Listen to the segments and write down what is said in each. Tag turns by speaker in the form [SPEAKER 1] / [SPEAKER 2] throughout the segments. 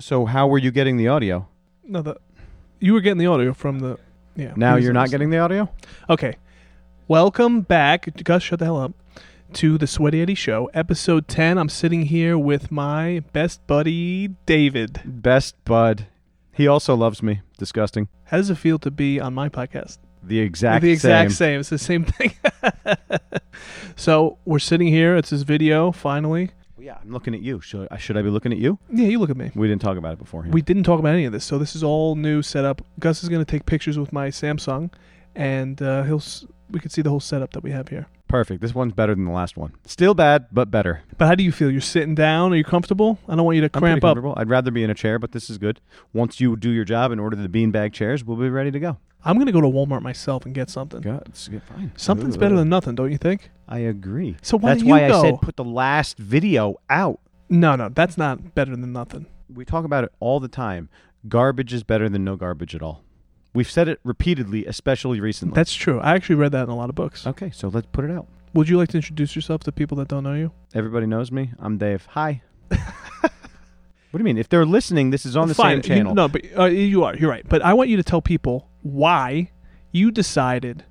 [SPEAKER 1] So how were you getting the audio?
[SPEAKER 2] No, the you were getting the audio from the yeah.
[SPEAKER 1] Now
[SPEAKER 2] we
[SPEAKER 1] you're not
[SPEAKER 2] used-
[SPEAKER 1] getting the audio?
[SPEAKER 2] Okay. Welcome back, Gus. Shut the hell up. To the Sweaty Eddie Show, episode ten. I'm sitting here with my best buddy David.
[SPEAKER 1] Best bud. He also loves me. Disgusting.
[SPEAKER 2] How does it feel to be on my podcast?
[SPEAKER 1] The exact
[SPEAKER 2] the exact
[SPEAKER 1] same.
[SPEAKER 2] same. It's the same thing. so we're sitting here. It's this video finally.
[SPEAKER 1] Yeah, I'm looking at you. Should I, should I be looking at you?
[SPEAKER 2] Yeah, you look at me.
[SPEAKER 1] We didn't talk about it beforehand.
[SPEAKER 2] We didn't talk about any of this, so this is all new setup. Gus is going to take pictures with my Samsung, and uh, he'll s- we could see the whole setup that we have here.
[SPEAKER 1] Perfect. This one's better than the last one. Still bad, but better.
[SPEAKER 2] But how do you feel? You're sitting down. Are you comfortable? I don't want you to
[SPEAKER 1] I'm pretty
[SPEAKER 2] cramp up.
[SPEAKER 1] comfortable. I'd rather be in a chair, but this is good. Once you do your job and order the beanbag chairs, we'll be ready to go.
[SPEAKER 2] I'm going to go to Walmart myself and get something.
[SPEAKER 1] God, it's good. fine.
[SPEAKER 2] Something's better than nothing, don't you think?
[SPEAKER 1] I agree.
[SPEAKER 2] So why
[SPEAKER 1] That's
[SPEAKER 2] don't you
[SPEAKER 1] why
[SPEAKER 2] go?
[SPEAKER 1] I said put the last video out.
[SPEAKER 2] No, no, that's not better than nothing.
[SPEAKER 1] we talk about it all the time. Garbage is better than no garbage at all. We've said it repeatedly, especially recently.
[SPEAKER 2] That's true. I actually read that in a lot of books.
[SPEAKER 1] okay, so let's put it out.
[SPEAKER 2] Would you like to introduce yourself to people that don't know you?
[SPEAKER 1] Everybody knows me. I'm Dave. Hi. what do you mean? If they're listening, this is on the
[SPEAKER 2] Fine.
[SPEAKER 1] same channel.
[SPEAKER 2] You, no, but uh, you are. You're right. But I want you to tell people why you decided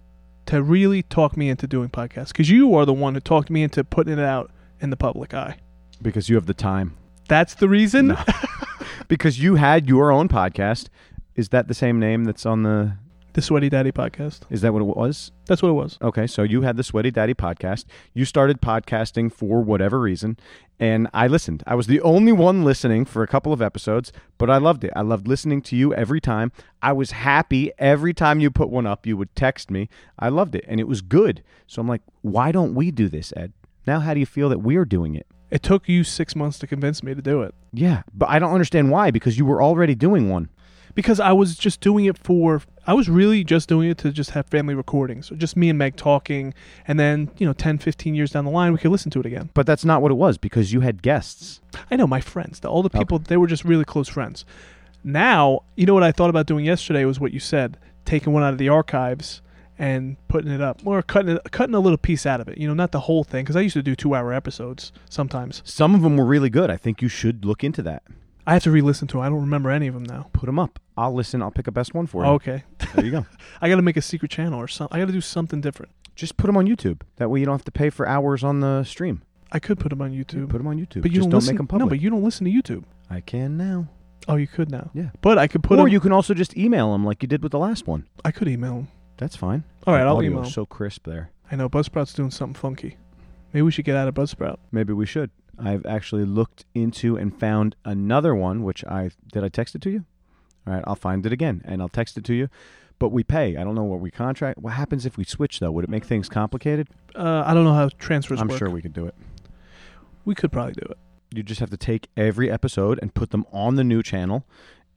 [SPEAKER 2] to really talk me into doing podcasts because you are the one who talked me into putting it out in the public eye.
[SPEAKER 1] Because you have the time.
[SPEAKER 2] That's the reason.
[SPEAKER 1] No. Because you had your own podcast. Is that the same name that's on the.
[SPEAKER 2] the Sweaty Daddy podcast.
[SPEAKER 1] Is that what it was?
[SPEAKER 2] That's what it was.
[SPEAKER 1] Okay, so you had the Sweaty Daddy podcast. You started podcasting for whatever reason, and I listened. I was the only one listening for a couple of episodes, but I loved it. I loved listening to you every time. I was happy every time you put one up. You would text me. I loved it, and it was good. So I'm like, why don't we do this, Ed? Now, how do you feel that we're doing it?
[SPEAKER 2] It took you six months to convince me to do it
[SPEAKER 1] Yeah, but I don't understand why because you were already doing one.
[SPEAKER 2] because I was just doing it for. I was really just doing it to just have family recordings, so just me and Meg talking, and then you know, 10, 15 years down the line, we could listen to it again.
[SPEAKER 1] But that's not what it was because you had guests.
[SPEAKER 2] I know my friends, the, all the people, they were just really close friends. Now, you know what I thought about doing yesterday was what you said, taking one out of the archives and putting it up, or cutting it, cutting a little piece out of it. You know, not the whole thing, because I used to do two-hour episodes sometimes.
[SPEAKER 1] Some of them were really good. I think you should look into that.
[SPEAKER 2] I have to re-listen to. 'em. I don't remember any of them now.
[SPEAKER 1] Put them up. I'll listen. I'll pick a best one for you.
[SPEAKER 2] Okay,
[SPEAKER 1] There you go.
[SPEAKER 2] I got to make a secret channel or something. I got to do something different.
[SPEAKER 1] Just put them on YouTube. That way you don't have to pay for hours on the stream.
[SPEAKER 2] I could put them on YouTube,
[SPEAKER 1] Put them on YouTube.
[SPEAKER 2] but you
[SPEAKER 1] Just
[SPEAKER 2] don't,
[SPEAKER 1] don't,
[SPEAKER 2] listen.
[SPEAKER 1] make them
[SPEAKER 2] No,
[SPEAKER 1] public.
[SPEAKER 2] but you don't listen to YouTube.
[SPEAKER 1] I can now.
[SPEAKER 2] Oh, you could now.
[SPEAKER 1] Yeah.
[SPEAKER 2] But I could put
[SPEAKER 1] or
[SPEAKER 2] 'em-
[SPEAKER 1] you can also just email them like you did with the last one.
[SPEAKER 2] I could email them.
[SPEAKER 1] That's fine.
[SPEAKER 2] All right,
[SPEAKER 1] The
[SPEAKER 2] I'll
[SPEAKER 1] audio
[SPEAKER 2] email.
[SPEAKER 1] is
[SPEAKER 2] 'em.
[SPEAKER 1] so crisp there.
[SPEAKER 2] I know Buzzsprout's doing something funky. Maybe we should get out of Buzzsprout.
[SPEAKER 1] Maybe we should. I've actually looked into and found another one, which I did. I text it to you. All right, I'll find it again and I'll text it to you. But we pay. I don't know what we contract. What happens if we switch though? Would it make things complicated?
[SPEAKER 2] Uh, I don't know how transfers
[SPEAKER 1] I'm
[SPEAKER 2] work.
[SPEAKER 1] sure we could do it.
[SPEAKER 2] we could probably do it.
[SPEAKER 1] you just have to take every episode and put them on the new channel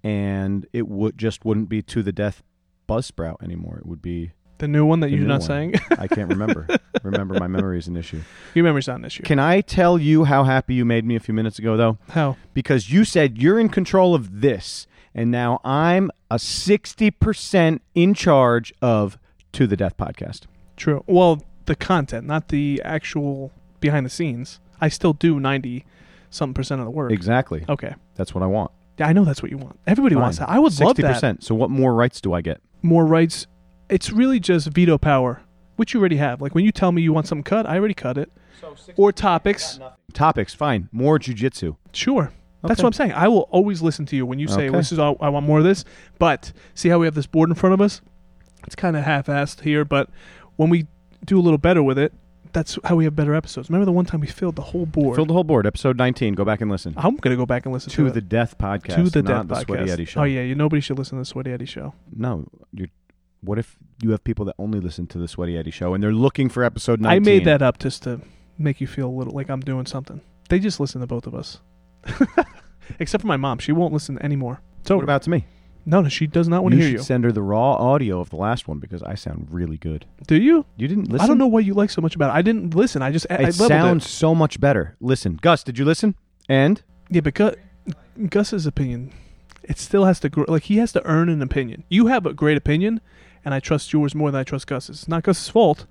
[SPEAKER 1] and it would just wouldn't be to the death buzzsprout anymore it would be
[SPEAKER 2] The new one that
[SPEAKER 1] The
[SPEAKER 2] you're
[SPEAKER 1] new
[SPEAKER 2] not
[SPEAKER 1] one.
[SPEAKER 2] saying.
[SPEAKER 1] i can't remember remember my memory is an issue
[SPEAKER 2] Your memory's not an issue.
[SPEAKER 1] can i tell you how happy you made me a few minutes ago though
[SPEAKER 2] how?
[SPEAKER 1] because you said you're in control of this and now i'm a 60% in charge of to the death podcast
[SPEAKER 2] True. Well, the content, not the actual behind the scenes. I still do ninety something percent of the work.
[SPEAKER 1] exactly
[SPEAKER 2] okay.
[SPEAKER 1] that's what i want
[SPEAKER 2] Yeah, I know that's what you want. Everybody wants
[SPEAKER 1] Fine.
[SPEAKER 2] that. I would love that.
[SPEAKER 1] 60% so what more rights do i get
[SPEAKER 2] more rights. It's really just veto power, which you already have. Like when you tell me you want something cut, I already cut it. or topics.
[SPEAKER 1] topics fine more jujitsu
[SPEAKER 2] Sure. That's
[SPEAKER 1] Okay.
[SPEAKER 2] what I'm saying. I will always listen to you when you say
[SPEAKER 1] Okay.
[SPEAKER 2] this is all, I want more of this. But see how we have this board in front of us? It's kind of half-assed here, but when we do a little better with it, that's how we have better episodes. Remember the one time we filled the whole board?
[SPEAKER 1] Fill the whole board, episode 19. Go back and listen.
[SPEAKER 2] I'm gonna go back and listen to,
[SPEAKER 1] to
[SPEAKER 2] it.
[SPEAKER 1] the Death podcast.
[SPEAKER 2] to the
[SPEAKER 1] not
[SPEAKER 2] death
[SPEAKER 1] the
[SPEAKER 2] podcast.
[SPEAKER 1] Sweaty Eddie show.
[SPEAKER 2] Oh yeah, you, nobody should listen to the Sweaty Eddie show.
[SPEAKER 1] No. You, what if you have people that only listen to the Sweaty Eddie show and they're looking for episode 19?
[SPEAKER 2] I made that up just to make you feel a little like I'm doing something. They just listen to both of us. Except for my mom. She won't listen anymore. So
[SPEAKER 1] What about to me?
[SPEAKER 2] No, no, she does not want to
[SPEAKER 1] you
[SPEAKER 2] hear
[SPEAKER 1] should
[SPEAKER 2] you.
[SPEAKER 1] send her the raw audio of the last one because I sound really good.
[SPEAKER 2] Do you?
[SPEAKER 1] You didn't listen?
[SPEAKER 2] I don't know what you like so much about it. I didn't listen. I just I, I
[SPEAKER 1] It
[SPEAKER 2] leveled it.
[SPEAKER 1] sounds so much better. Listen. Gus, did you listen? And?
[SPEAKER 2] Yeah, but Gus, Gus's opinion, it still has to grow. Like he has to earn an opinion. You have a great opinion, and I trust yours more than I trust Gus's. It's not Gus's fault.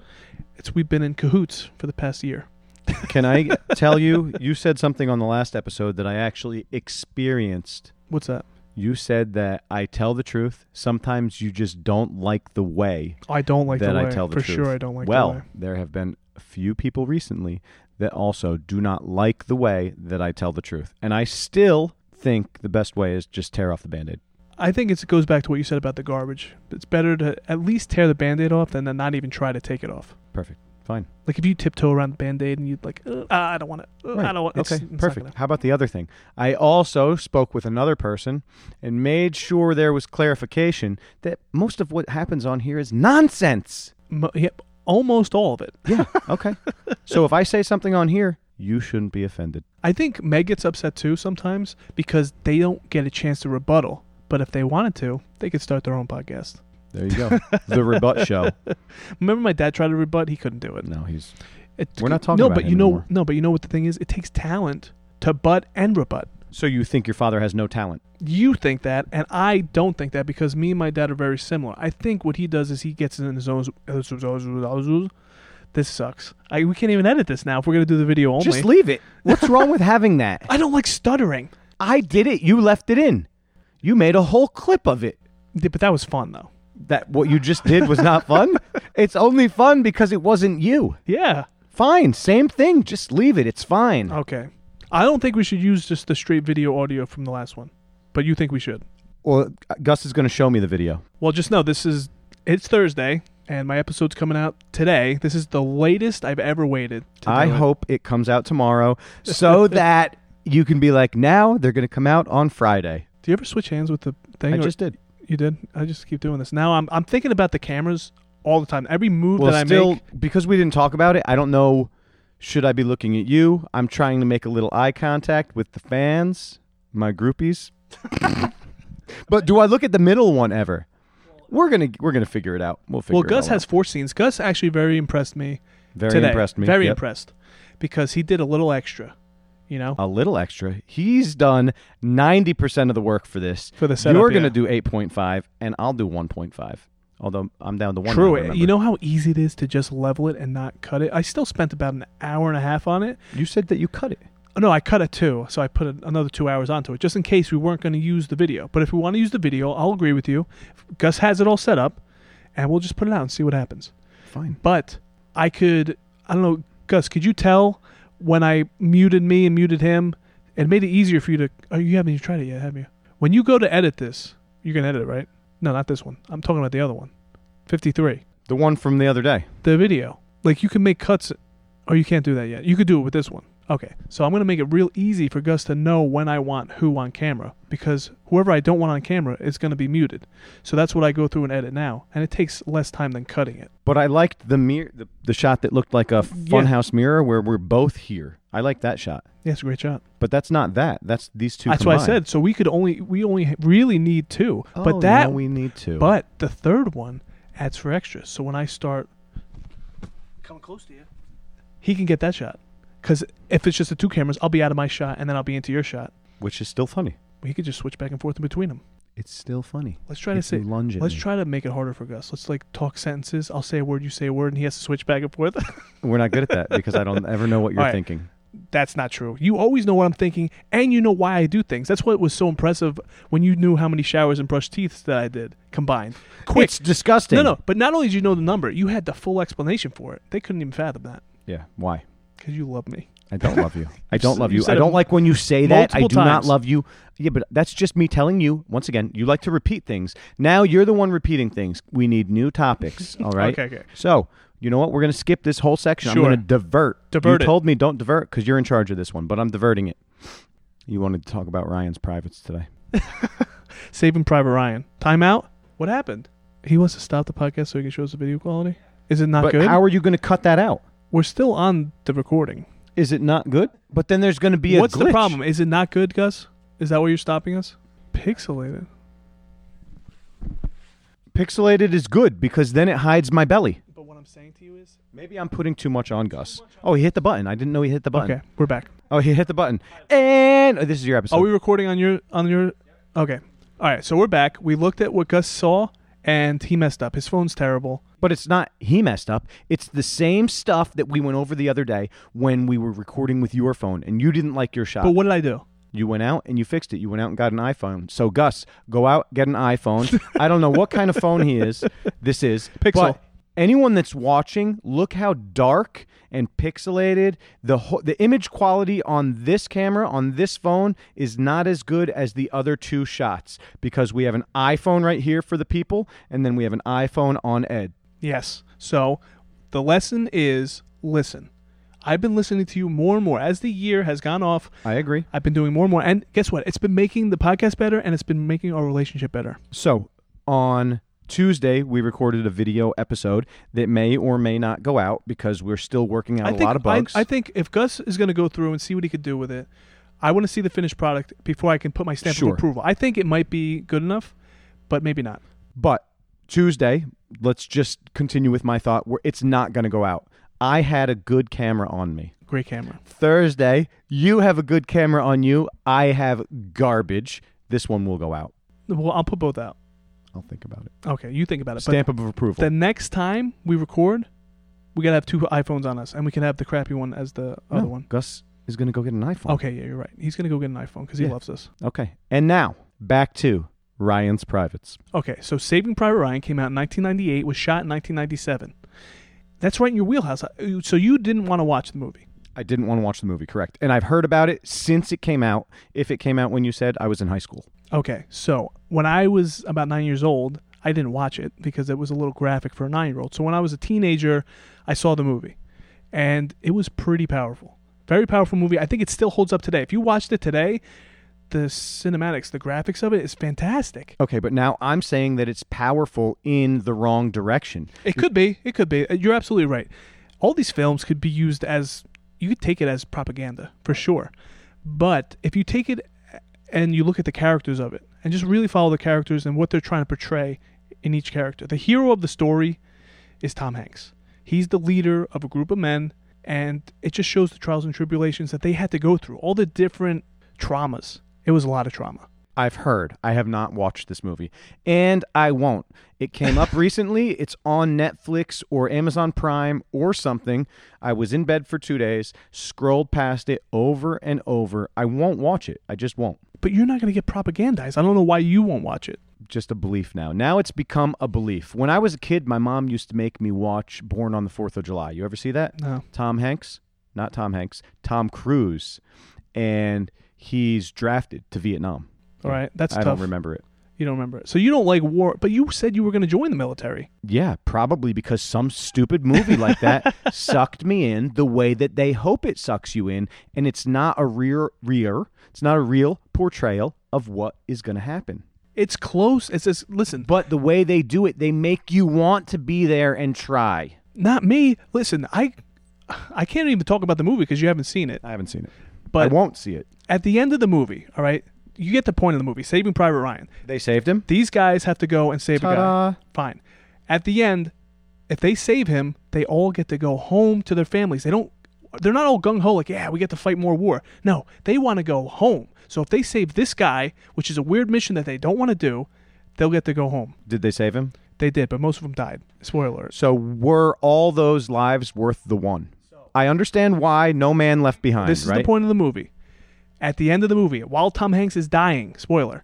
[SPEAKER 2] It's we've been in cahoots for the past year.
[SPEAKER 1] Can I tell you, you said something on the last episode that I actually experienced
[SPEAKER 2] What's that?
[SPEAKER 1] You said that I tell the truth. Sometimes you just don't like the way
[SPEAKER 2] I don't like
[SPEAKER 1] that
[SPEAKER 2] the
[SPEAKER 1] I
[SPEAKER 2] way.
[SPEAKER 1] tell the
[SPEAKER 2] For
[SPEAKER 1] truth.
[SPEAKER 2] sure, I don't like
[SPEAKER 1] well,
[SPEAKER 2] the way.
[SPEAKER 1] there have been a few people recently that also do not like the way that I tell the truth. And I still think the best way is just tear off the band aid.
[SPEAKER 2] I think it's, it goes back to what you said about the garbage. It's better to at least tear the band aid off than to not even try to take it off.
[SPEAKER 1] Perfect. Fine.
[SPEAKER 2] Like if you tiptoe around the band aid and you'd like, "Ugh, ah, I don't want it. Ugh, I
[SPEAKER 1] Right.
[SPEAKER 2] don't want it's-
[SPEAKER 1] okay,
[SPEAKER 2] it's not
[SPEAKER 1] perfect.
[SPEAKER 2] gonna-"
[SPEAKER 1] How about the other thing? I also spoke with another person and made sure there was clarification that most of what happens on here is nonsense.
[SPEAKER 2] Mo- yep, almost all of it.
[SPEAKER 1] Yeah. Okay. so if I say something on here, you shouldn't be offended.
[SPEAKER 2] I think Meg gets upset too sometimes because they don't get a chance to rebuttal. But if they wanted to, they could start their own podcast.
[SPEAKER 1] There you go. the rebut show.
[SPEAKER 2] Remember, my dad tried to rebut; he couldn't do it.
[SPEAKER 1] No, he's
[SPEAKER 2] It-
[SPEAKER 1] We're not talking
[SPEAKER 2] no,
[SPEAKER 1] about
[SPEAKER 2] but
[SPEAKER 1] him
[SPEAKER 2] you know,
[SPEAKER 1] anymore.
[SPEAKER 2] no, but you know what the thing is? It takes talent to butt and rebut.
[SPEAKER 1] So you think your father has no talent?
[SPEAKER 2] You think that, and I don't think that because me and my dad are very similar. I think what he does is he gets in his own. This sucks. I, we can't even edit this now if we're gonna do the video only.
[SPEAKER 1] Just leave it. What's wrong with having that?
[SPEAKER 2] I don't like stuttering.
[SPEAKER 1] I did it. You left it in. You made a whole clip of it.
[SPEAKER 2] Yeah, But that was fun though.
[SPEAKER 1] That what you just did was not fun. it's only fun because it wasn't you.
[SPEAKER 2] Yeah.
[SPEAKER 1] Fine, same thing. Just leave it. It's fine.
[SPEAKER 2] Okay. I don't think we should use just the straight video audio from the last one, but you think we should.
[SPEAKER 1] Well, Gus is going to show me the video.
[SPEAKER 2] Well, just know this is it's Thursday and my episode's coming out today. This is the latest I've ever waited. To
[SPEAKER 1] I
[SPEAKER 2] do it.
[SPEAKER 1] hope it comes out tomorrow so that you can be like, now they're going to come out on Friday.
[SPEAKER 2] Do you ever switch hands with the thing?
[SPEAKER 1] I
[SPEAKER 2] or-
[SPEAKER 1] just did.
[SPEAKER 2] you did. I just keep doing this. Now I'm I'm thinking about the cameras all the time. Every move
[SPEAKER 1] Well,
[SPEAKER 2] that I
[SPEAKER 1] still,
[SPEAKER 2] make.
[SPEAKER 1] because we didn't talk about it, I don't know. Should I be looking at you? I'm trying to make a little eye contact with the fans, my groupies. but do I look at the middle one ever? We're gonna we're gonna figure it out. We'll figure.
[SPEAKER 2] Well,
[SPEAKER 1] it
[SPEAKER 2] Gus
[SPEAKER 1] all out.
[SPEAKER 2] has four scenes. Gus actually very impressed me
[SPEAKER 1] very
[SPEAKER 2] today.
[SPEAKER 1] impressed me.
[SPEAKER 2] Very
[SPEAKER 1] Yep.
[SPEAKER 2] impressed because he did a little extra. You know,
[SPEAKER 1] A little extra. He's done ninety percent of the work for this.
[SPEAKER 2] for the setup.
[SPEAKER 1] You're
[SPEAKER 2] yeah.
[SPEAKER 1] gonna do eight point five, and I'll do one point five. Although I'm down to one. now,
[SPEAKER 2] True.
[SPEAKER 1] remember.
[SPEAKER 2] You know how easy it is to just level it and not cut it? I still spent about an hour and a half on it.
[SPEAKER 1] you said that you cut it.
[SPEAKER 2] Oh, No, I cut it too, so I put a- another two hours onto it just in case we weren't going to use the video. But if we want to use the video, I'll agree with you. Gus has it all set up, and we'll just put it out and see what happens.
[SPEAKER 1] Fine.
[SPEAKER 2] But I could, I don't know, Gus, could you tell when I muted me and muted him? It made it easier for you to. Oh, you haven't even tried it yet, have you? When you go to edit this, you're going to edit it, right? No, not this one. I'm talking about the other one. 53
[SPEAKER 1] The one from the other day.
[SPEAKER 2] the video. Like you can make cuts, or you can't do that yet. You could do it with this one. Okay, so I'm gonna make it real easy for Gus to know when I want who on camera because whoever I don't want on camera is gonna be muted. So that's what I go through and edit now, and it takes less time than cutting it.
[SPEAKER 1] But I liked the mirror, the, the shot that looked like a funhouse mirror where we're both here. I like that shot.
[SPEAKER 2] Yeah, it's a great shot.
[SPEAKER 1] But that's not that. That's these two.
[SPEAKER 2] That's
[SPEAKER 1] combined.
[SPEAKER 2] why I said so. We could only we only ha- really need two,
[SPEAKER 1] Oh,
[SPEAKER 2] but
[SPEAKER 1] now
[SPEAKER 2] that
[SPEAKER 1] we need to.
[SPEAKER 2] but the third one adds for extras. So when I start coming close to you, he can get that shot. Because if it's just the two cameras, I'll be out of my shot and then I'll be into your shot.
[SPEAKER 1] which is still funny.
[SPEAKER 2] We could just switch back and forth in between them.
[SPEAKER 1] It's still funny.
[SPEAKER 2] Let's try
[SPEAKER 1] If
[SPEAKER 2] to
[SPEAKER 1] you
[SPEAKER 2] say.
[SPEAKER 1] lunge at
[SPEAKER 2] Let's
[SPEAKER 1] me.
[SPEAKER 2] try to make it harder for Gus. Let's like talk sentences. I'll say a word, you say a word, and he has to switch back and forth.
[SPEAKER 1] We're not good at that because I don't ever know what you're
[SPEAKER 2] All right.
[SPEAKER 1] thinking.
[SPEAKER 2] That's not true. You always know what I'm thinking, and you know why I do things. That's what was so impressive when you knew how many showers and brushed teeth that I did combined. Quick.
[SPEAKER 1] It's disgusting.
[SPEAKER 2] no, no. But not only did you know the number, you had the full explanation for it. They couldn't even fathom that
[SPEAKER 1] Yeah. Why?
[SPEAKER 2] because you love me.
[SPEAKER 1] I don't love you. I don't
[SPEAKER 2] s-
[SPEAKER 1] love
[SPEAKER 2] you
[SPEAKER 1] you.
[SPEAKER 2] said
[SPEAKER 1] I
[SPEAKER 2] it
[SPEAKER 1] don't like when you say that. I do
[SPEAKER 2] multiple
[SPEAKER 1] not
[SPEAKER 2] times.
[SPEAKER 1] love you. Yeah, but that's just me telling you. Once again, you like to repeat things. Now you're the one repeating things. We need new topics. All right.
[SPEAKER 2] Okay, okay.
[SPEAKER 1] So you know what? We're gonna skip this whole section.
[SPEAKER 2] Sure.
[SPEAKER 1] I'm gonna divert.
[SPEAKER 2] Divert
[SPEAKER 1] You
[SPEAKER 2] it.
[SPEAKER 1] told me don't divert because you're in charge of this one, but I'm diverting it. You wanted to talk about Ryan's privates today.
[SPEAKER 2] Saving Private Ryan. Timeout. What happened? He wants to stop the podcast so he can show us the video quality. Is it not
[SPEAKER 1] but
[SPEAKER 2] good?
[SPEAKER 1] how are you gonna cut that out?
[SPEAKER 2] We're still on the recording.
[SPEAKER 1] Is it not good? But then there's gonna be a
[SPEAKER 2] What's the
[SPEAKER 1] glitch.
[SPEAKER 2] problem? Is it not good, Gus? Is that why you're stopping us? Pixelated.
[SPEAKER 1] Pixelated is good because then it hides my belly.
[SPEAKER 2] But what I'm saying to you is
[SPEAKER 1] Maybe I'm putting too much on Gus. Oh, he hit the button. I didn't know he hit the button.
[SPEAKER 2] okay. We're back.
[SPEAKER 1] Oh, he hit the button. And oh, this is your episode.
[SPEAKER 2] Are we recording on your on your? Okay. All right. So we're back. We looked at what Gus saw, and he messed up. His phone's terrible.
[SPEAKER 1] but it's not he messed up. It's the same stuff that we went over the other day when we were recording with your phone and you didn't like your shot.
[SPEAKER 2] But what did I do?
[SPEAKER 1] You went out and you fixed it. You went out and got an iPhone. So Gus, go out get an iPhone. I don't know what kind of phone he is. This is
[SPEAKER 2] Pixel.
[SPEAKER 1] but anyone that's watching, look how dark and pixelated the ho- the image quality on this camera on this phone is not as good as the other two shots because we have an iPhone right here for the people, and then we have an iPhone on Ed.
[SPEAKER 2] Yes. So the lesson is listen. I've been listening to you more and more as the year has gone off.
[SPEAKER 1] I agree.
[SPEAKER 2] I've been doing more and more. And guess what? It's been making the podcast better and it's been making our relationship better.
[SPEAKER 1] So on Tuesday, we recorded a video episode that may or may not go out because we're still working out a lot of
[SPEAKER 2] I-
[SPEAKER 1] bugs.
[SPEAKER 2] I, think if Gus is going to go through and see what he could do with it, I want to see the finished product before I can put my stamp
[SPEAKER 1] Sure.
[SPEAKER 2] of approval. I think it might be good enough, but maybe not.
[SPEAKER 1] but Tuesday, let's just continue with my thought. Where it's not going to go out. I had a good camera on me.
[SPEAKER 2] Great camera.
[SPEAKER 1] Thursday, you have a good camera on you. I have garbage. This one will go out.
[SPEAKER 2] Well, I'll put both out.
[SPEAKER 1] I'll think about it.
[SPEAKER 2] Okay, you think about it.
[SPEAKER 1] Stamp of approval.
[SPEAKER 2] but the next time we record, we got to have two iPhones on us and we can have the crappy one as the
[SPEAKER 1] No,
[SPEAKER 2] other one.
[SPEAKER 1] Oh, Gus is going to go get an iPhone.
[SPEAKER 2] Okay, yeah, you're right. He's going to go get an iPhone because he
[SPEAKER 1] Yeah.
[SPEAKER 2] loves us.
[SPEAKER 1] Okay. And now back to Ryan's privates.
[SPEAKER 2] Okay, so Saving Private Ryan came out in 1998, was shot in 1997. That's right in your wheelhouse. Uh, So you didn't want to watch the movie.
[SPEAKER 1] I didn't want to watch the movie, correct. And I've heard about it since it came out. If it came out when you said I was in high school.
[SPEAKER 2] Okay, so when I was about nine years old, I didn't watch it because it was a little graphic for a nine year old. So when I was a teenager, I saw the movie and it was pretty powerful. Very powerful movie. I think it still holds up today. If you watched it today, the cinematics, the graphics of it is fantastic.
[SPEAKER 1] Okay, but now I'm saying that it's powerful in the wrong direction.
[SPEAKER 2] It could be. It could be. Uh, You're absolutely right. All these films could be used as you could take it as propaganda for sure. But if you take it uh, and you look at the characters of it and just really follow the characters and what they're trying to portray in each character. The hero of the story is Tom Hanks. He's the leader of a group of men and it just shows the trials and tribulations that they had to go through, all the different traumas. It was a lot of trauma.
[SPEAKER 1] I've heard. I have not watched this movie, and I won't. It came up recently. It's on Netflix or Amazon Prime or something. I was in bed for 2 days, scrolled past it over and over. I won't watch it. I just won't.
[SPEAKER 2] But you're not going to get propagandized. I don't know why you won't watch it.
[SPEAKER 1] just a belief now. Now it's become a belief. When I was a kid, my mom used to make me watch Born on the Fourth of July. You ever see that?
[SPEAKER 2] No.
[SPEAKER 1] Tom Hanks, not Tom Hanks, Tom Cruise, and he's drafted to Vietnam.
[SPEAKER 2] All right. That's
[SPEAKER 1] I
[SPEAKER 2] tough.
[SPEAKER 1] don't remember it.
[SPEAKER 2] You don't remember it. So you don't like war, but you said you were going to join the military.
[SPEAKER 1] Yeah, probably because some stupid movie like that sucked me in the way that they hope it sucks you in, and it's not a rear rear. It's not a real portrayal of what is going to happen.
[SPEAKER 2] It's close. It says, listen, but
[SPEAKER 1] But the way they do it, they make you want to be there and try.
[SPEAKER 2] not me. Listen, I I can't even talk about the movie because you haven't seen it.
[SPEAKER 1] I haven't seen it. I
[SPEAKER 2] But
[SPEAKER 1] won't see it.
[SPEAKER 2] at the end of the movie, all right, you get the point of the movie, Saving Private Ryan.
[SPEAKER 1] They saved him.
[SPEAKER 2] These guys have to go and save a
[SPEAKER 1] Ta-da.
[SPEAKER 2] guy. Fine. At the end, if they save him, they all get to go home to their families. They don't they're not all gung ho like, yeah, we get to fight more war. No, they want to go home. So if they save this guy, which is a weird mission that they don't want to do, they'll get to go home.
[SPEAKER 1] Did they save him?
[SPEAKER 2] They did, but most of them died. Spoiler alert.
[SPEAKER 1] So were all those lives worth the one? I understand why no man left behind.
[SPEAKER 2] This is
[SPEAKER 1] right?
[SPEAKER 2] the point of the movie. At the end of the movie, while Tom Hanks is dying, spoiler,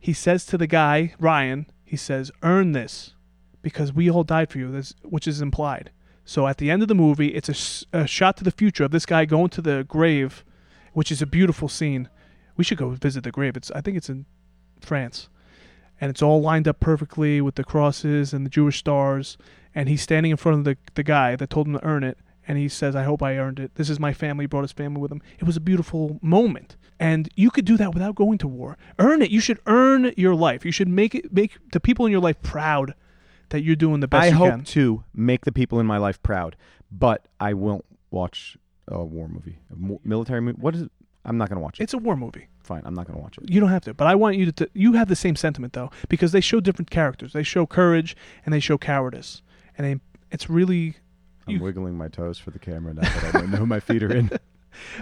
[SPEAKER 2] he says to the guy, Ryan, he says, earn this because we all died for you, this, which is implied. So at the end of the movie, it's a, s- a shot to the future of this guy going to the grave, which is a beautiful scene. We should go visit the grave. It's I think it's in France. and it's all lined up perfectly with the crosses and the Jewish stars. And he's standing in front of the, the guy that told him to earn it. And he says, I hope I earned it. This is my family. He brought his family with him. It was a beautiful moment. And you could do that without going to war. Earn it. You should earn your life. You should make it make the people in your life proud that you're doing the best
[SPEAKER 1] I
[SPEAKER 2] you
[SPEAKER 1] hope
[SPEAKER 2] can.
[SPEAKER 1] to make the people in my life proud, but I won't watch a war movie, a mo- military movie. What is it? I'm not gonna watch it.
[SPEAKER 2] It's a war movie.
[SPEAKER 1] Fine, I'm not gonna watch it.
[SPEAKER 2] You don't have to, but I want you to, to. You have the same sentiment though, because they show different characters. They show courage and they show cowardice, and they, it's really
[SPEAKER 1] I'm
[SPEAKER 2] You-
[SPEAKER 1] wiggling my toes for the camera now that I don't know who my feet are in.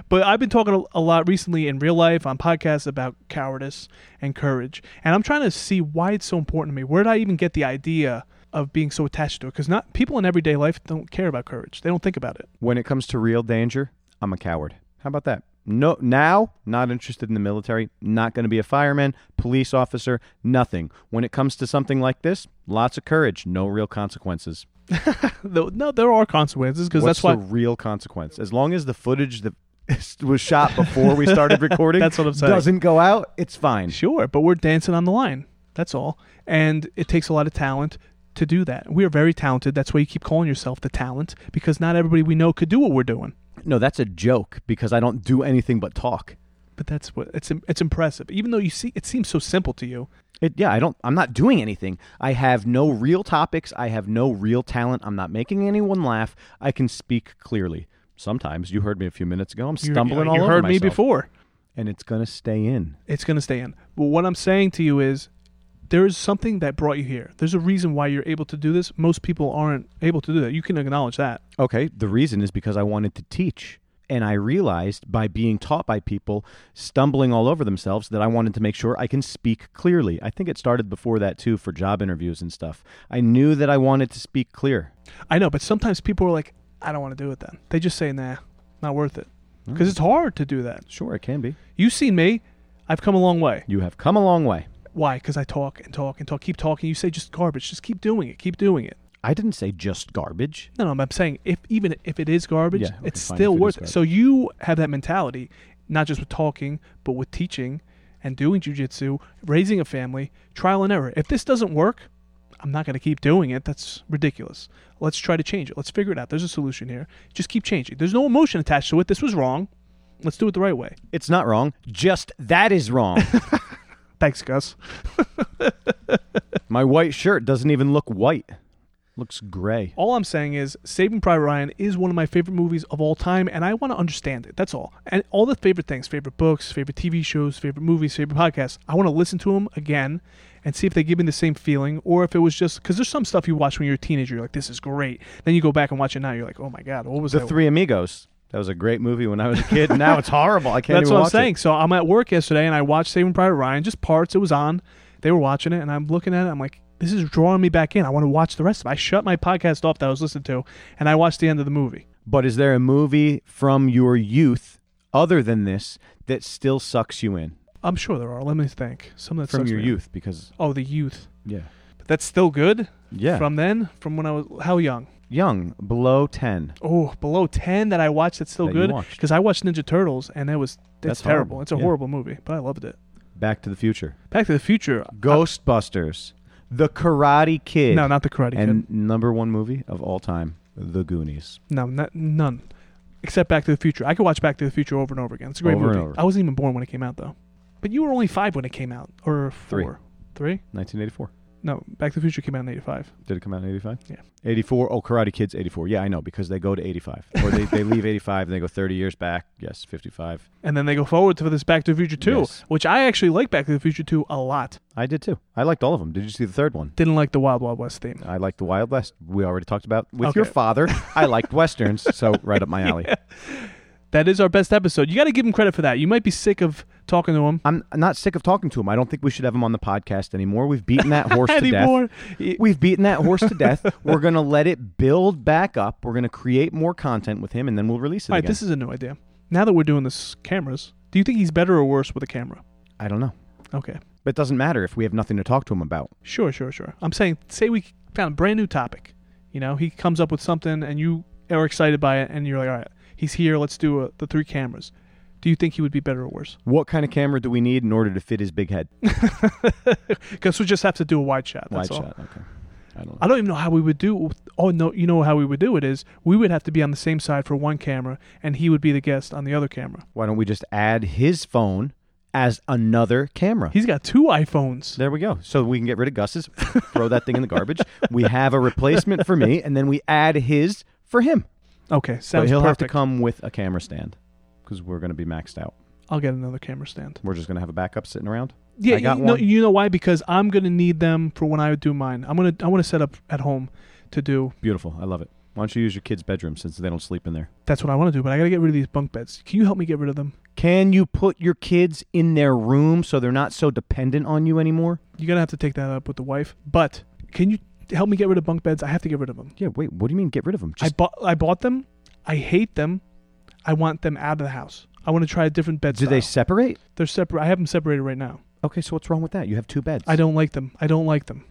[SPEAKER 2] But I've been talking a, a lot recently in real life on podcasts about cowardice and courage. And I'm trying to see why it's so important to me. Where did I even get the idea of being so attached to it? Because not people in everyday life don't care about courage. They don't think about it.
[SPEAKER 1] When it comes to real danger, I'm a coward. How about that? No, now not interested in the military. Not going to be a fireman, police officer, nothing. When it comes to something like this, lots of courage, no real consequences.
[SPEAKER 2] Though- no, there are consequences because
[SPEAKER 1] What's
[SPEAKER 2] that's why.
[SPEAKER 1] the real consequence? As long as the footage that was shot before we started recording
[SPEAKER 2] That's what I'm saying.
[SPEAKER 1] doesn't go out, it's fine.
[SPEAKER 2] Sure, but we're dancing on the line. That's all. And it takes a lot of talent to do that. We are very talented. That's why you keep calling yourself the talent because not everybody we know could do what we're doing.
[SPEAKER 1] No, that's a joke because I don't do anything but talk.
[SPEAKER 2] But that's what it's it's impressive. Even though you see it seems so simple to you.
[SPEAKER 1] It, yeah, I don't. I'm not doing anything. I have no real topics. I have no real talent. I'm not making anyone laugh. I can speak clearly. Sometimes you heard me a few minutes ago. I'm
[SPEAKER 2] You're-
[SPEAKER 1] stumbling
[SPEAKER 2] you
[SPEAKER 1] all over
[SPEAKER 2] heard me
[SPEAKER 1] myself.
[SPEAKER 2] before.
[SPEAKER 1] and it's gonna stay in.
[SPEAKER 2] It's going to stay in. But what I'm saying to you is there is something that brought you here. There's a reason why you're able to do this. Most people aren't able to do that. You can acknowledge that.
[SPEAKER 1] Okay, the reason is because I wanted to teach. And I realized by being taught by people stumbling all over themselves that I wanted to make sure I can speak clearly. I think it started before that too for job interviews and stuff. I knew that I wanted to speak clear.
[SPEAKER 2] I know, but sometimes people are like, I don't want to do it then. They just say, nah, not worth it. Because it's hard to do that.
[SPEAKER 1] Sure, it can be.
[SPEAKER 2] You've seen me. I've come a long way.
[SPEAKER 1] You have come a long way.
[SPEAKER 2] Why? Because I talk and talk and talk. Keep talking. You say just garbage. Just keep doing it. Keep doing it.
[SPEAKER 1] I didn't say just garbage.
[SPEAKER 2] No, no. I'm saying if even if it is garbage,
[SPEAKER 1] Yeah, okay,
[SPEAKER 2] it's
[SPEAKER 1] fine,
[SPEAKER 2] still
[SPEAKER 1] if it
[SPEAKER 2] worth
[SPEAKER 1] is
[SPEAKER 2] it. So you have that mentality, not just with talking, but with teaching and doing jujitsu, raising a family, trial and error. If this doesn't work, I'm not going to keep doing it. That's ridiculous. Let's try to change it. Let's figure it out. There's a solution here. Just keep changing. There's no emotion attached to it. This was wrong. Let's do it the right way.
[SPEAKER 1] It's not wrong. Just that is wrong.
[SPEAKER 2] Thanks, Gus.
[SPEAKER 1] My white shirt doesn't even look white. Looks gray.
[SPEAKER 2] All I'm saying is Saving Private Ryan is one of my favorite movies of all time, and I want to understand it. That's all. And all the favorite things, favorite books, favorite TV shows, favorite movies, favorite podcasts, I want to listen to them again and see if they give me the same feeling or if it was just because there's some stuff you watch when you're a teenager, you're like, this is great. Then you go back and watch it now, you're like, oh my God, what was
[SPEAKER 1] The
[SPEAKER 2] that?
[SPEAKER 1] Three Amigos. That was a great movie when I was a kid. now it's horrible. I can't
[SPEAKER 2] That's
[SPEAKER 1] even
[SPEAKER 2] what I'm
[SPEAKER 1] watch it.
[SPEAKER 2] saying. So I'm at work yesterday and I watched Saving Private Ryan, just parts. It was on. They were watching it, and I'm looking at it. I'm like, this is drawing me back in. I want to watch the rest of it. I shut my podcast off that I was listening to, and I watched the end of the movie.
[SPEAKER 1] But is there a movie from your youth other than this that still sucks you in
[SPEAKER 2] I'm sure there are. Let me think. Some that
[SPEAKER 1] from
[SPEAKER 2] sucks
[SPEAKER 1] your
[SPEAKER 2] me.
[SPEAKER 1] youth? Because
[SPEAKER 2] Oh, the youth.
[SPEAKER 1] yeah,
[SPEAKER 2] But that's still good.
[SPEAKER 1] yeah,
[SPEAKER 2] From then, from when I was how young?
[SPEAKER 1] young below ten.
[SPEAKER 2] Oh, below ten that I watched. That's still
[SPEAKER 1] That you
[SPEAKER 2] good
[SPEAKER 1] watched.
[SPEAKER 2] because I watched Ninja Turtles and that was
[SPEAKER 1] That's
[SPEAKER 2] that's terrible.
[SPEAKER 1] horrible.
[SPEAKER 2] It's a
[SPEAKER 1] Yeah.
[SPEAKER 2] horrible movie, but I loved it.
[SPEAKER 1] Back to the Future,
[SPEAKER 2] Back to the Future.
[SPEAKER 1] Ghostbusters, The Karate Kid,
[SPEAKER 2] Uh, No, not the Karate Kid.
[SPEAKER 1] and number one movie of all time, The Goonies.
[SPEAKER 2] No, not, none. Except Back to the Future. I could watch Back to the Future over and over again. It's a great
[SPEAKER 1] Over and
[SPEAKER 2] movie.
[SPEAKER 1] over.
[SPEAKER 2] I wasn't even born when it came out though. But you were only five when it came out, or
[SPEAKER 1] Three.
[SPEAKER 2] four, three?
[SPEAKER 1] 1984.
[SPEAKER 2] No, Back to the Future came out in '85.
[SPEAKER 1] Did it come out in 85?
[SPEAKER 2] Yeah.
[SPEAKER 1] 84. Oh, Karate Kid's 84. Yeah, I know because they go to 85. Or they, they leave 85 and they go 30 years back. Yes, 55.
[SPEAKER 2] And then they go forward to this Back to the Future 2,
[SPEAKER 1] Yes.
[SPEAKER 2] which I actually like Back to the Future 2 a lot.
[SPEAKER 1] I did too. I liked all of them. Did you see the third one?
[SPEAKER 2] Didn't like the Wild Wild West theme.
[SPEAKER 1] I liked the Wild West. We already talked about with
[SPEAKER 2] Okay.
[SPEAKER 1] your father. I liked westerns, so right up my alley.
[SPEAKER 2] That is our best episode. You got to give him credit for that. You might be sick of talking to him
[SPEAKER 1] I'm not sick of talking to him. I don't think we should have him on the podcast anymore. We've beaten that horse to death.
[SPEAKER 2] anymore. Y-
[SPEAKER 1] We've beaten that horse to death. We're gonna let it build back up. We're gonna create more content with him, and then we'll release it
[SPEAKER 2] All right,
[SPEAKER 1] again.
[SPEAKER 2] this is a new idea. Now that we're doing this cameras, do you think he's better or worse with a camera?
[SPEAKER 1] I don't know,
[SPEAKER 2] Okay.
[SPEAKER 1] but it doesn't matter if we have nothing to talk to him about.
[SPEAKER 2] Sure, sure, sure. I'm saying, say we found a brand new topic. You know, he comes up with something and you are excited by it and you're like, all right, he's here. Let's do uh the three cameras. Do you think he would be better or worse?
[SPEAKER 1] What kind of camera do we need in order to fit his big head?
[SPEAKER 2] Because we just have to do a wide shot.
[SPEAKER 1] Wide
[SPEAKER 2] That's all.
[SPEAKER 1] shot. Okay. I don't know.
[SPEAKER 2] I don't even know how we would do. Oh no, you know how we would do it is we would have to be on the same side for one camera, and he would be the guest on the other camera.
[SPEAKER 1] Why don't we just add his phone as another camera?
[SPEAKER 2] He's got two iPhones.
[SPEAKER 1] There we go. So we can get rid of Gus's, throw that thing in the garbage. We have a replacement for me, and then we add his for him.
[SPEAKER 2] Okay, sounds
[SPEAKER 1] But he'll have
[SPEAKER 2] perfect.
[SPEAKER 1] to come with a camera stand because we're going to be maxed out.
[SPEAKER 2] I'll get another camera stand.
[SPEAKER 1] We're just going to have a backup sitting around.
[SPEAKER 2] Yeah,
[SPEAKER 1] I got
[SPEAKER 2] you, know,
[SPEAKER 1] one.
[SPEAKER 2] you know why? Because I'm gonna need them for when I do mine. I'm gonna I want to set up at home to do.
[SPEAKER 1] Beautiful. I love it. Why don't you use your kid's bedroom since they don't sleep in there?
[SPEAKER 2] That's what I want to do, but I gotta get rid of these bunk beds. Can you help me get rid of them?
[SPEAKER 1] Can you put your kids in their room so they're not so dependent on you anymore?
[SPEAKER 2] You're gonna have to take that up with the wife. But can you help me get rid of bunk beds? I have to get rid of them.
[SPEAKER 1] Yeah, wait, what do you mean get rid of them?
[SPEAKER 2] I bought I bought them. I hate them. I want them out of the house. I want to try a different bed
[SPEAKER 1] Do
[SPEAKER 2] style.
[SPEAKER 1] they separate?
[SPEAKER 2] They're separate. I have them separated right now.
[SPEAKER 1] Okay, so what's wrong with that? You have two beds.
[SPEAKER 2] I don't like them. I don't like them.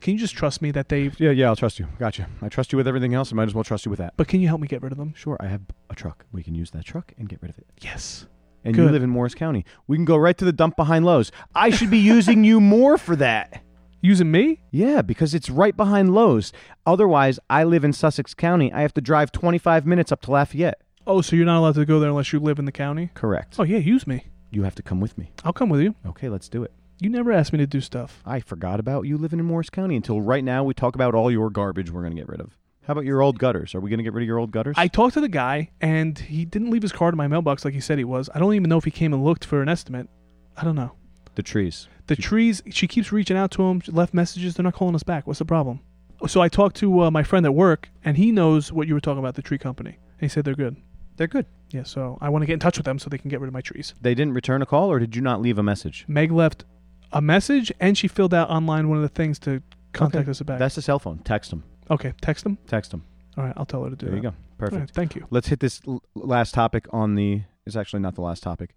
[SPEAKER 2] Can you just trust me that they?
[SPEAKER 1] Yeah, yeah, I'll trust you. Gotcha. I trust you with everything else. I might as well trust you with that.
[SPEAKER 2] But can you help me get rid of them?
[SPEAKER 1] Sure, I have a truck. We can use that truck and get rid of it.
[SPEAKER 2] Yes.
[SPEAKER 1] And you
[SPEAKER 2] Good.
[SPEAKER 1] live in Morris County. We can go right to the dump behind Lowe's. I should be using you more for that.
[SPEAKER 2] Using me?
[SPEAKER 1] Yeah, because it's right behind Lowe's. Otherwise, I live in Sussex County. I have to drive 25 minutes up to Lafayette.
[SPEAKER 2] Oh, so you're not allowed to go there unless you live in the county?
[SPEAKER 1] Correct.
[SPEAKER 2] Oh yeah, use me.
[SPEAKER 1] You have to come with me.
[SPEAKER 2] I'll come with you.
[SPEAKER 1] Okay, let's do it.
[SPEAKER 2] You never asked me to do stuff.
[SPEAKER 1] I forgot about you living in Morris County until right now we talk about all your garbage we're going to get rid of. How about your old gutters? Are we going to get rid of your old gutters?
[SPEAKER 2] I talked to the guy, and he didn't leave his card in my mailbox like he said he was. I don't even know if he came and looked for an estimate. I don't know.
[SPEAKER 1] the trees.
[SPEAKER 2] The trees, she keeps reaching out to him, left messages. They're not calling us back. What's the problem? So I talked to uh, my friend at work, and he knows what you were talking about, the tree company. And he said they're good.
[SPEAKER 1] They're good.
[SPEAKER 2] Yeah, so I want to get in touch with them so they can get rid of my trees.
[SPEAKER 1] They didn't return a call or did you not leave a message?
[SPEAKER 2] Meg left a message, and she filled out online one of the things to contact
[SPEAKER 1] Okay.
[SPEAKER 2] us back.
[SPEAKER 1] That's a cell phone. Text them.
[SPEAKER 2] okay, text them.
[SPEAKER 1] Text them.
[SPEAKER 2] All right, I'll tell her to do
[SPEAKER 1] There
[SPEAKER 2] that.
[SPEAKER 1] you uh, go. Perfect.
[SPEAKER 2] All right, thank you.
[SPEAKER 1] Let's hit this l- last topic on the. It's actually not the last topic.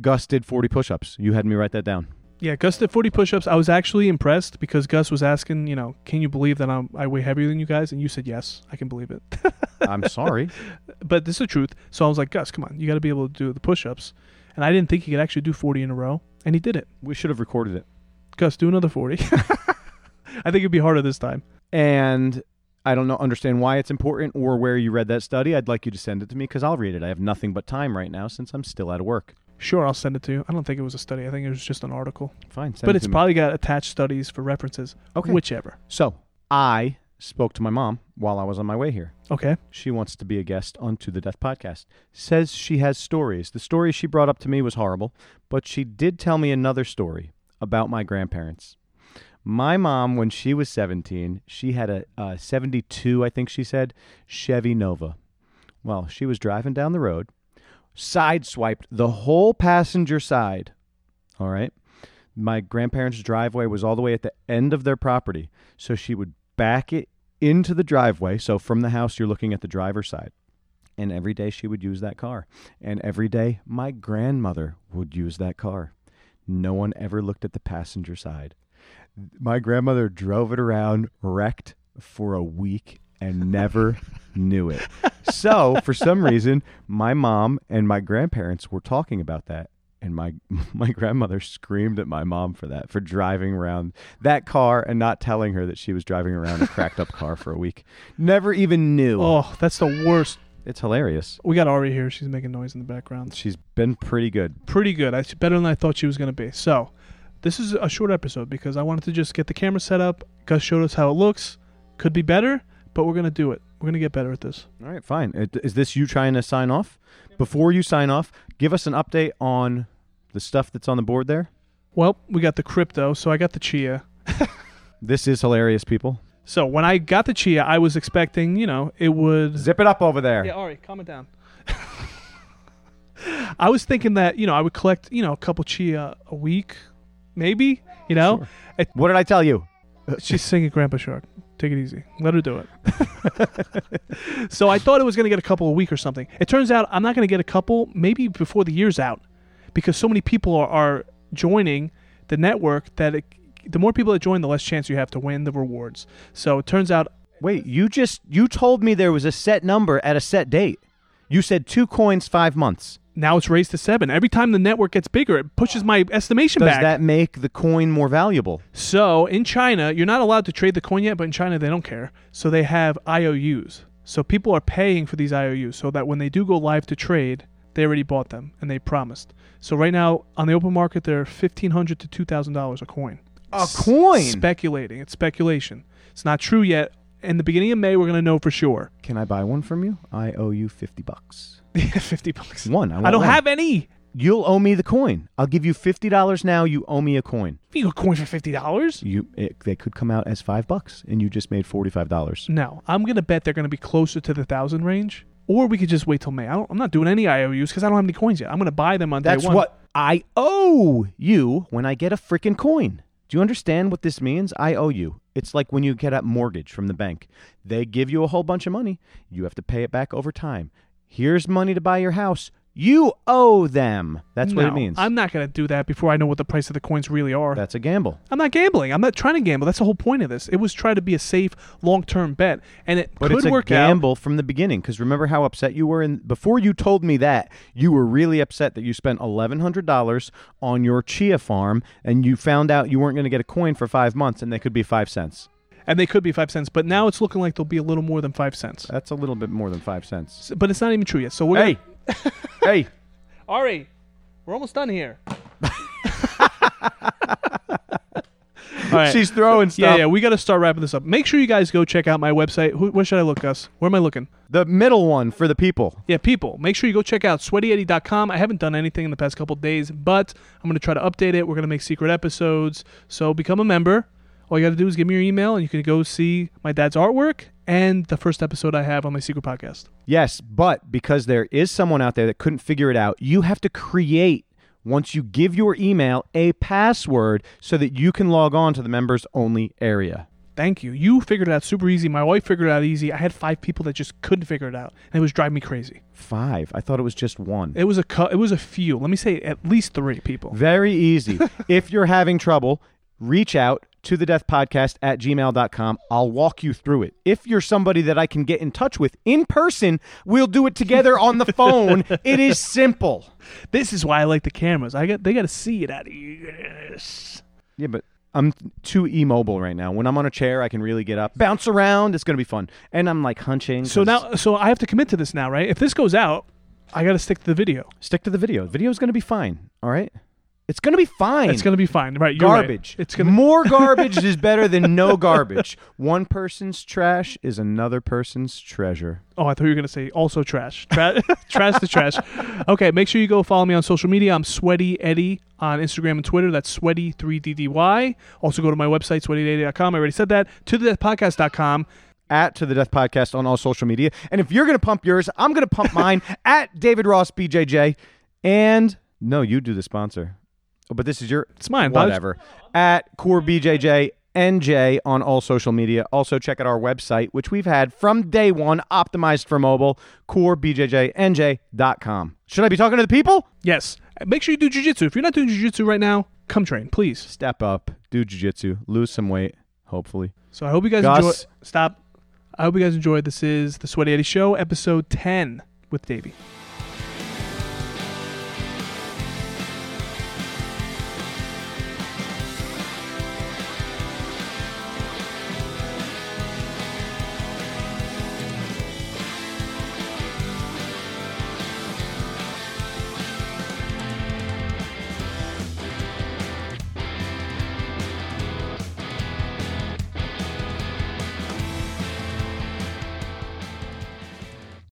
[SPEAKER 1] Gus did 40 push ups. You had me write that down.
[SPEAKER 2] Yeah, Gus did 40 push-ups. I was actually impressed because Gus was asking, you know, can you believe that I'm, I weigh heavier than you guys? And you said, yes, I can believe it.
[SPEAKER 1] I'm sorry.
[SPEAKER 2] but this is the truth. So I was like, Gus, come on, you got to be able to do the push-ups. And I didn't think he could actually do 40 in a row, and he did it.
[SPEAKER 1] we should have recorded it.
[SPEAKER 2] Gus, do another 40. I think it'd be harder this time.
[SPEAKER 1] And I don't know, understand why it's important or where you read that study. I'd like you to send it to me because I'll read it. I have nothing but time right now since I'm still out of work.
[SPEAKER 2] Sure, I'll send it to you. I don't think it was a study. I think it was just an article.
[SPEAKER 1] Fine. Send it
[SPEAKER 2] but it's
[SPEAKER 1] to me.
[SPEAKER 2] probably got attached studies for references,
[SPEAKER 1] Okay.
[SPEAKER 2] whichever.
[SPEAKER 1] So I spoke to my mom while I was on my way here.
[SPEAKER 2] Okay.
[SPEAKER 1] She wants to be a guest on To the Death podcast. Says she has stories. The story she brought up to me was horrible, but she did tell me another story about my grandparents. My mom, when she was 17, she had a, a 72, I think she said, Chevy Nova. Well, she was driving down the road, sideswiped the whole passenger side. All right. My grandparents' driveway was all the way at the end of their property. So she would back it into the driveway. So from the house, you're looking at the driver's side. And every day she would use that car. And every day my grandmother would use that car. No one ever looked at the passenger side. My grandmother drove it around wrecked for a week and never knew it. So for some reason, my mom and my grandparents were talking about that. And my my grandmother screamed at my mom for that, for driving around that car and not telling her that she was driving around a cracked up car for a week. Never even knew.
[SPEAKER 2] Oh, that's the worst.
[SPEAKER 1] It's hilarious.
[SPEAKER 2] We got Ari here. She's making noise in the background.
[SPEAKER 1] She's been pretty good.
[SPEAKER 2] pretty good. I better than I thought she was going to be. So, this is a short episode because I wanted to just get the camera set up. Gus showed us how it looks. Could be better, but we're going to do it. We're going to get better at this.
[SPEAKER 1] All right, fine. It- Is this you trying to sign off? Before you sign off, give us an update on the stuff that's on the board there.
[SPEAKER 2] Well, we got the crypto, so I got the chia.
[SPEAKER 1] This is hilarious, people.
[SPEAKER 2] So, when I got the chia, I was expecting, you know, it would
[SPEAKER 1] Zip it up over there.
[SPEAKER 2] Yeah, Ari, calm it down. I was thinking that you know I would collect you know a couple chia a week, maybe. You know,
[SPEAKER 1] What did I tell you?
[SPEAKER 2] she's singing Grandpa Shark. Take it easy. Let her do it. so I thought it was going to get a couple a week or something. It turns out I'm not going to get a couple, maybe before the year's out, because so many people are, are joining the network that it, the more people that join, the less chance you have to win the rewards. So it turns out
[SPEAKER 1] Wait, you just you told me there was a set number at a set date. You said two coins, five months.
[SPEAKER 2] now it's raised to seven. Every time the network gets bigger, it pushes my estimation
[SPEAKER 1] Does
[SPEAKER 2] back.
[SPEAKER 1] that make the coin more valuable?
[SPEAKER 2] So in China, you're not allowed to trade the coin yet, but in China they don't care. So they have IOUs. So people are paying for these IOUs so that when they do go live to trade, they already bought them and they promised. So right now on the open market they're fifteen hundred to two thousand dollars a coin.
[SPEAKER 1] A coin.
[SPEAKER 2] Speculating. It's speculation. It's not true yet. In the beginning of May we're gonna know for sure.
[SPEAKER 1] Can I buy one from you? I owe you fifty bucks.
[SPEAKER 2] Fifty bucks.
[SPEAKER 1] One. I, want
[SPEAKER 2] I don't
[SPEAKER 1] one.
[SPEAKER 2] have any.
[SPEAKER 1] You'll owe me the coin. I'll give you fifty dollars now. You owe me a coin.
[SPEAKER 2] You got a coin for fifty dollars?
[SPEAKER 1] You it, they could come out as five bucks, and you just made forty five dollars.
[SPEAKER 2] No, I'm gonna bet they're gonna be closer to the thousand range, or we could just wait till May. I don't, I'm not doing any IOUs because I don't have any coins yet. I'm gonna buy them on
[SPEAKER 1] That's
[SPEAKER 2] day one.
[SPEAKER 1] what I owe you when I get a freaking coin. Do you understand what this means? I owe you. It's like when you get a mortgage from the bank. They give you a whole bunch of money. You have to pay it back over time. Here's money to buy your house. You owe them. That's what it
[SPEAKER 2] No,
[SPEAKER 1] means.
[SPEAKER 2] I'm not going to do that before I know what the price of the coins really are.
[SPEAKER 1] That's a gamble.
[SPEAKER 2] I'm not gambling. I'm not trying to gamble. That's the whole point of this. It was try to be a safe, long-term bet, and it
[SPEAKER 1] But
[SPEAKER 2] could
[SPEAKER 1] it's a
[SPEAKER 2] work out.
[SPEAKER 1] gamble from the beginning because remember how upset you were in before you told me that you were really upset that you spent eleven hundred dollars on your chia farm and you found out you weren't going to get a coin for five months and they could be five cents.
[SPEAKER 2] And they could be five cents, but now it's looking like they'll be a little more than five cents.
[SPEAKER 1] That's a little bit more than five cents.
[SPEAKER 2] S- But it's not even true yet. So we're
[SPEAKER 1] Hey,
[SPEAKER 2] gonna-
[SPEAKER 1] hey,
[SPEAKER 2] Ari, we're almost done here. All right.
[SPEAKER 1] she's throwing Oh,
[SPEAKER 2] yeah,
[SPEAKER 1] stuff.
[SPEAKER 2] yeah, we got to start wrapping this up. Make sure you guys go check out my website. Who, where should I look, Gus? Where am I looking?
[SPEAKER 1] The middle one for the people.
[SPEAKER 2] Yeah, people, make sure you go check out sweatyeddie.com. I haven't done anything in the past couple days, but I'm going to try to update it. We're going to make secret episodes. So become a member. All you got to do is give me your email, and you can go see my dad's artwork and the first episode I have on my secret podcast.
[SPEAKER 1] Yes, but because there is someone out there that couldn't figure it out, you have to create, once you give your email, a password so that you can log on to the members only area.
[SPEAKER 2] Thank you. You figured it out super easy. My wife figured it out easy. I had five people that just couldn't figure it out, and it was driving me crazy.
[SPEAKER 1] Five. I thought it was just one.
[SPEAKER 2] It was a cu- it was a few. Let me say at least three people.
[SPEAKER 1] Very easy. if you're having trouble, reach out to the death podcast at gmail.com. I'll walk you through it. If you're somebody that I can get in touch with in person, we'll do it together on the phone. It is simple.
[SPEAKER 2] This is why I like the cameras. I got they got to see it out of you. Yes.
[SPEAKER 1] Yeah, but I'm too immobile right now. When I'm on a chair, I can really get up, bounce around. It's going to be fun. And I'm like hunching.
[SPEAKER 2] So
[SPEAKER 1] 'cause-
[SPEAKER 2] now, so I have to commit to this now, right? If this goes out, I got to stick to the video.
[SPEAKER 1] stick to the video. Video's going to be fine. All right? It's going to be fine.
[SPEAKER 2] It's gonna be fine, right? You're right.
[SPEAKER 1] garbage.
[SPEAKER 2] It's gonna.
[SPEAKER 1] More garbage is better than no garbage. One person's trash is another person's treasure.
[SPEAKER 2] Oh, I thought you were gonna say also trash, Tra- trash the trash. Okay, make sure you go follow me on social media. I'm Sweaty Eddie on Instagram and Twitter. That's Sweaty three DDY. Also go to my website sweatyeddy.com. I already said that. To the podcast.com.
[SPEAKER 1] At To The Death Podcast on all social media. And if you're going to pump yours, I'm going to pump mine at David Ross BJJ. And no, you do the sponsor. Oh, but this is your
[SPEAKER 2] It's mine. but I was-
[SPEAKER 1] whatever. At Core BJJ NJ on all social media. Also check out our website, which we've had from day one, optimized for mobile, corebjjnj.com. Should I be talking to the people?
[SPEAKER 2] Yes. Make sure you do jujitsu. If you're not doing jujitsu right now, come train, please.
[SPEAKER 1] Step up, do jujitsu, lose some weight, hopefully.
[SPEAKER 2] So I hope you guys
[SPEAKER 1] Gus.
[SPEAKER 2] enjoy. Stop. I hope you guys enjoyed. This is the Sweaty Eddie Show, episode ten with Davey.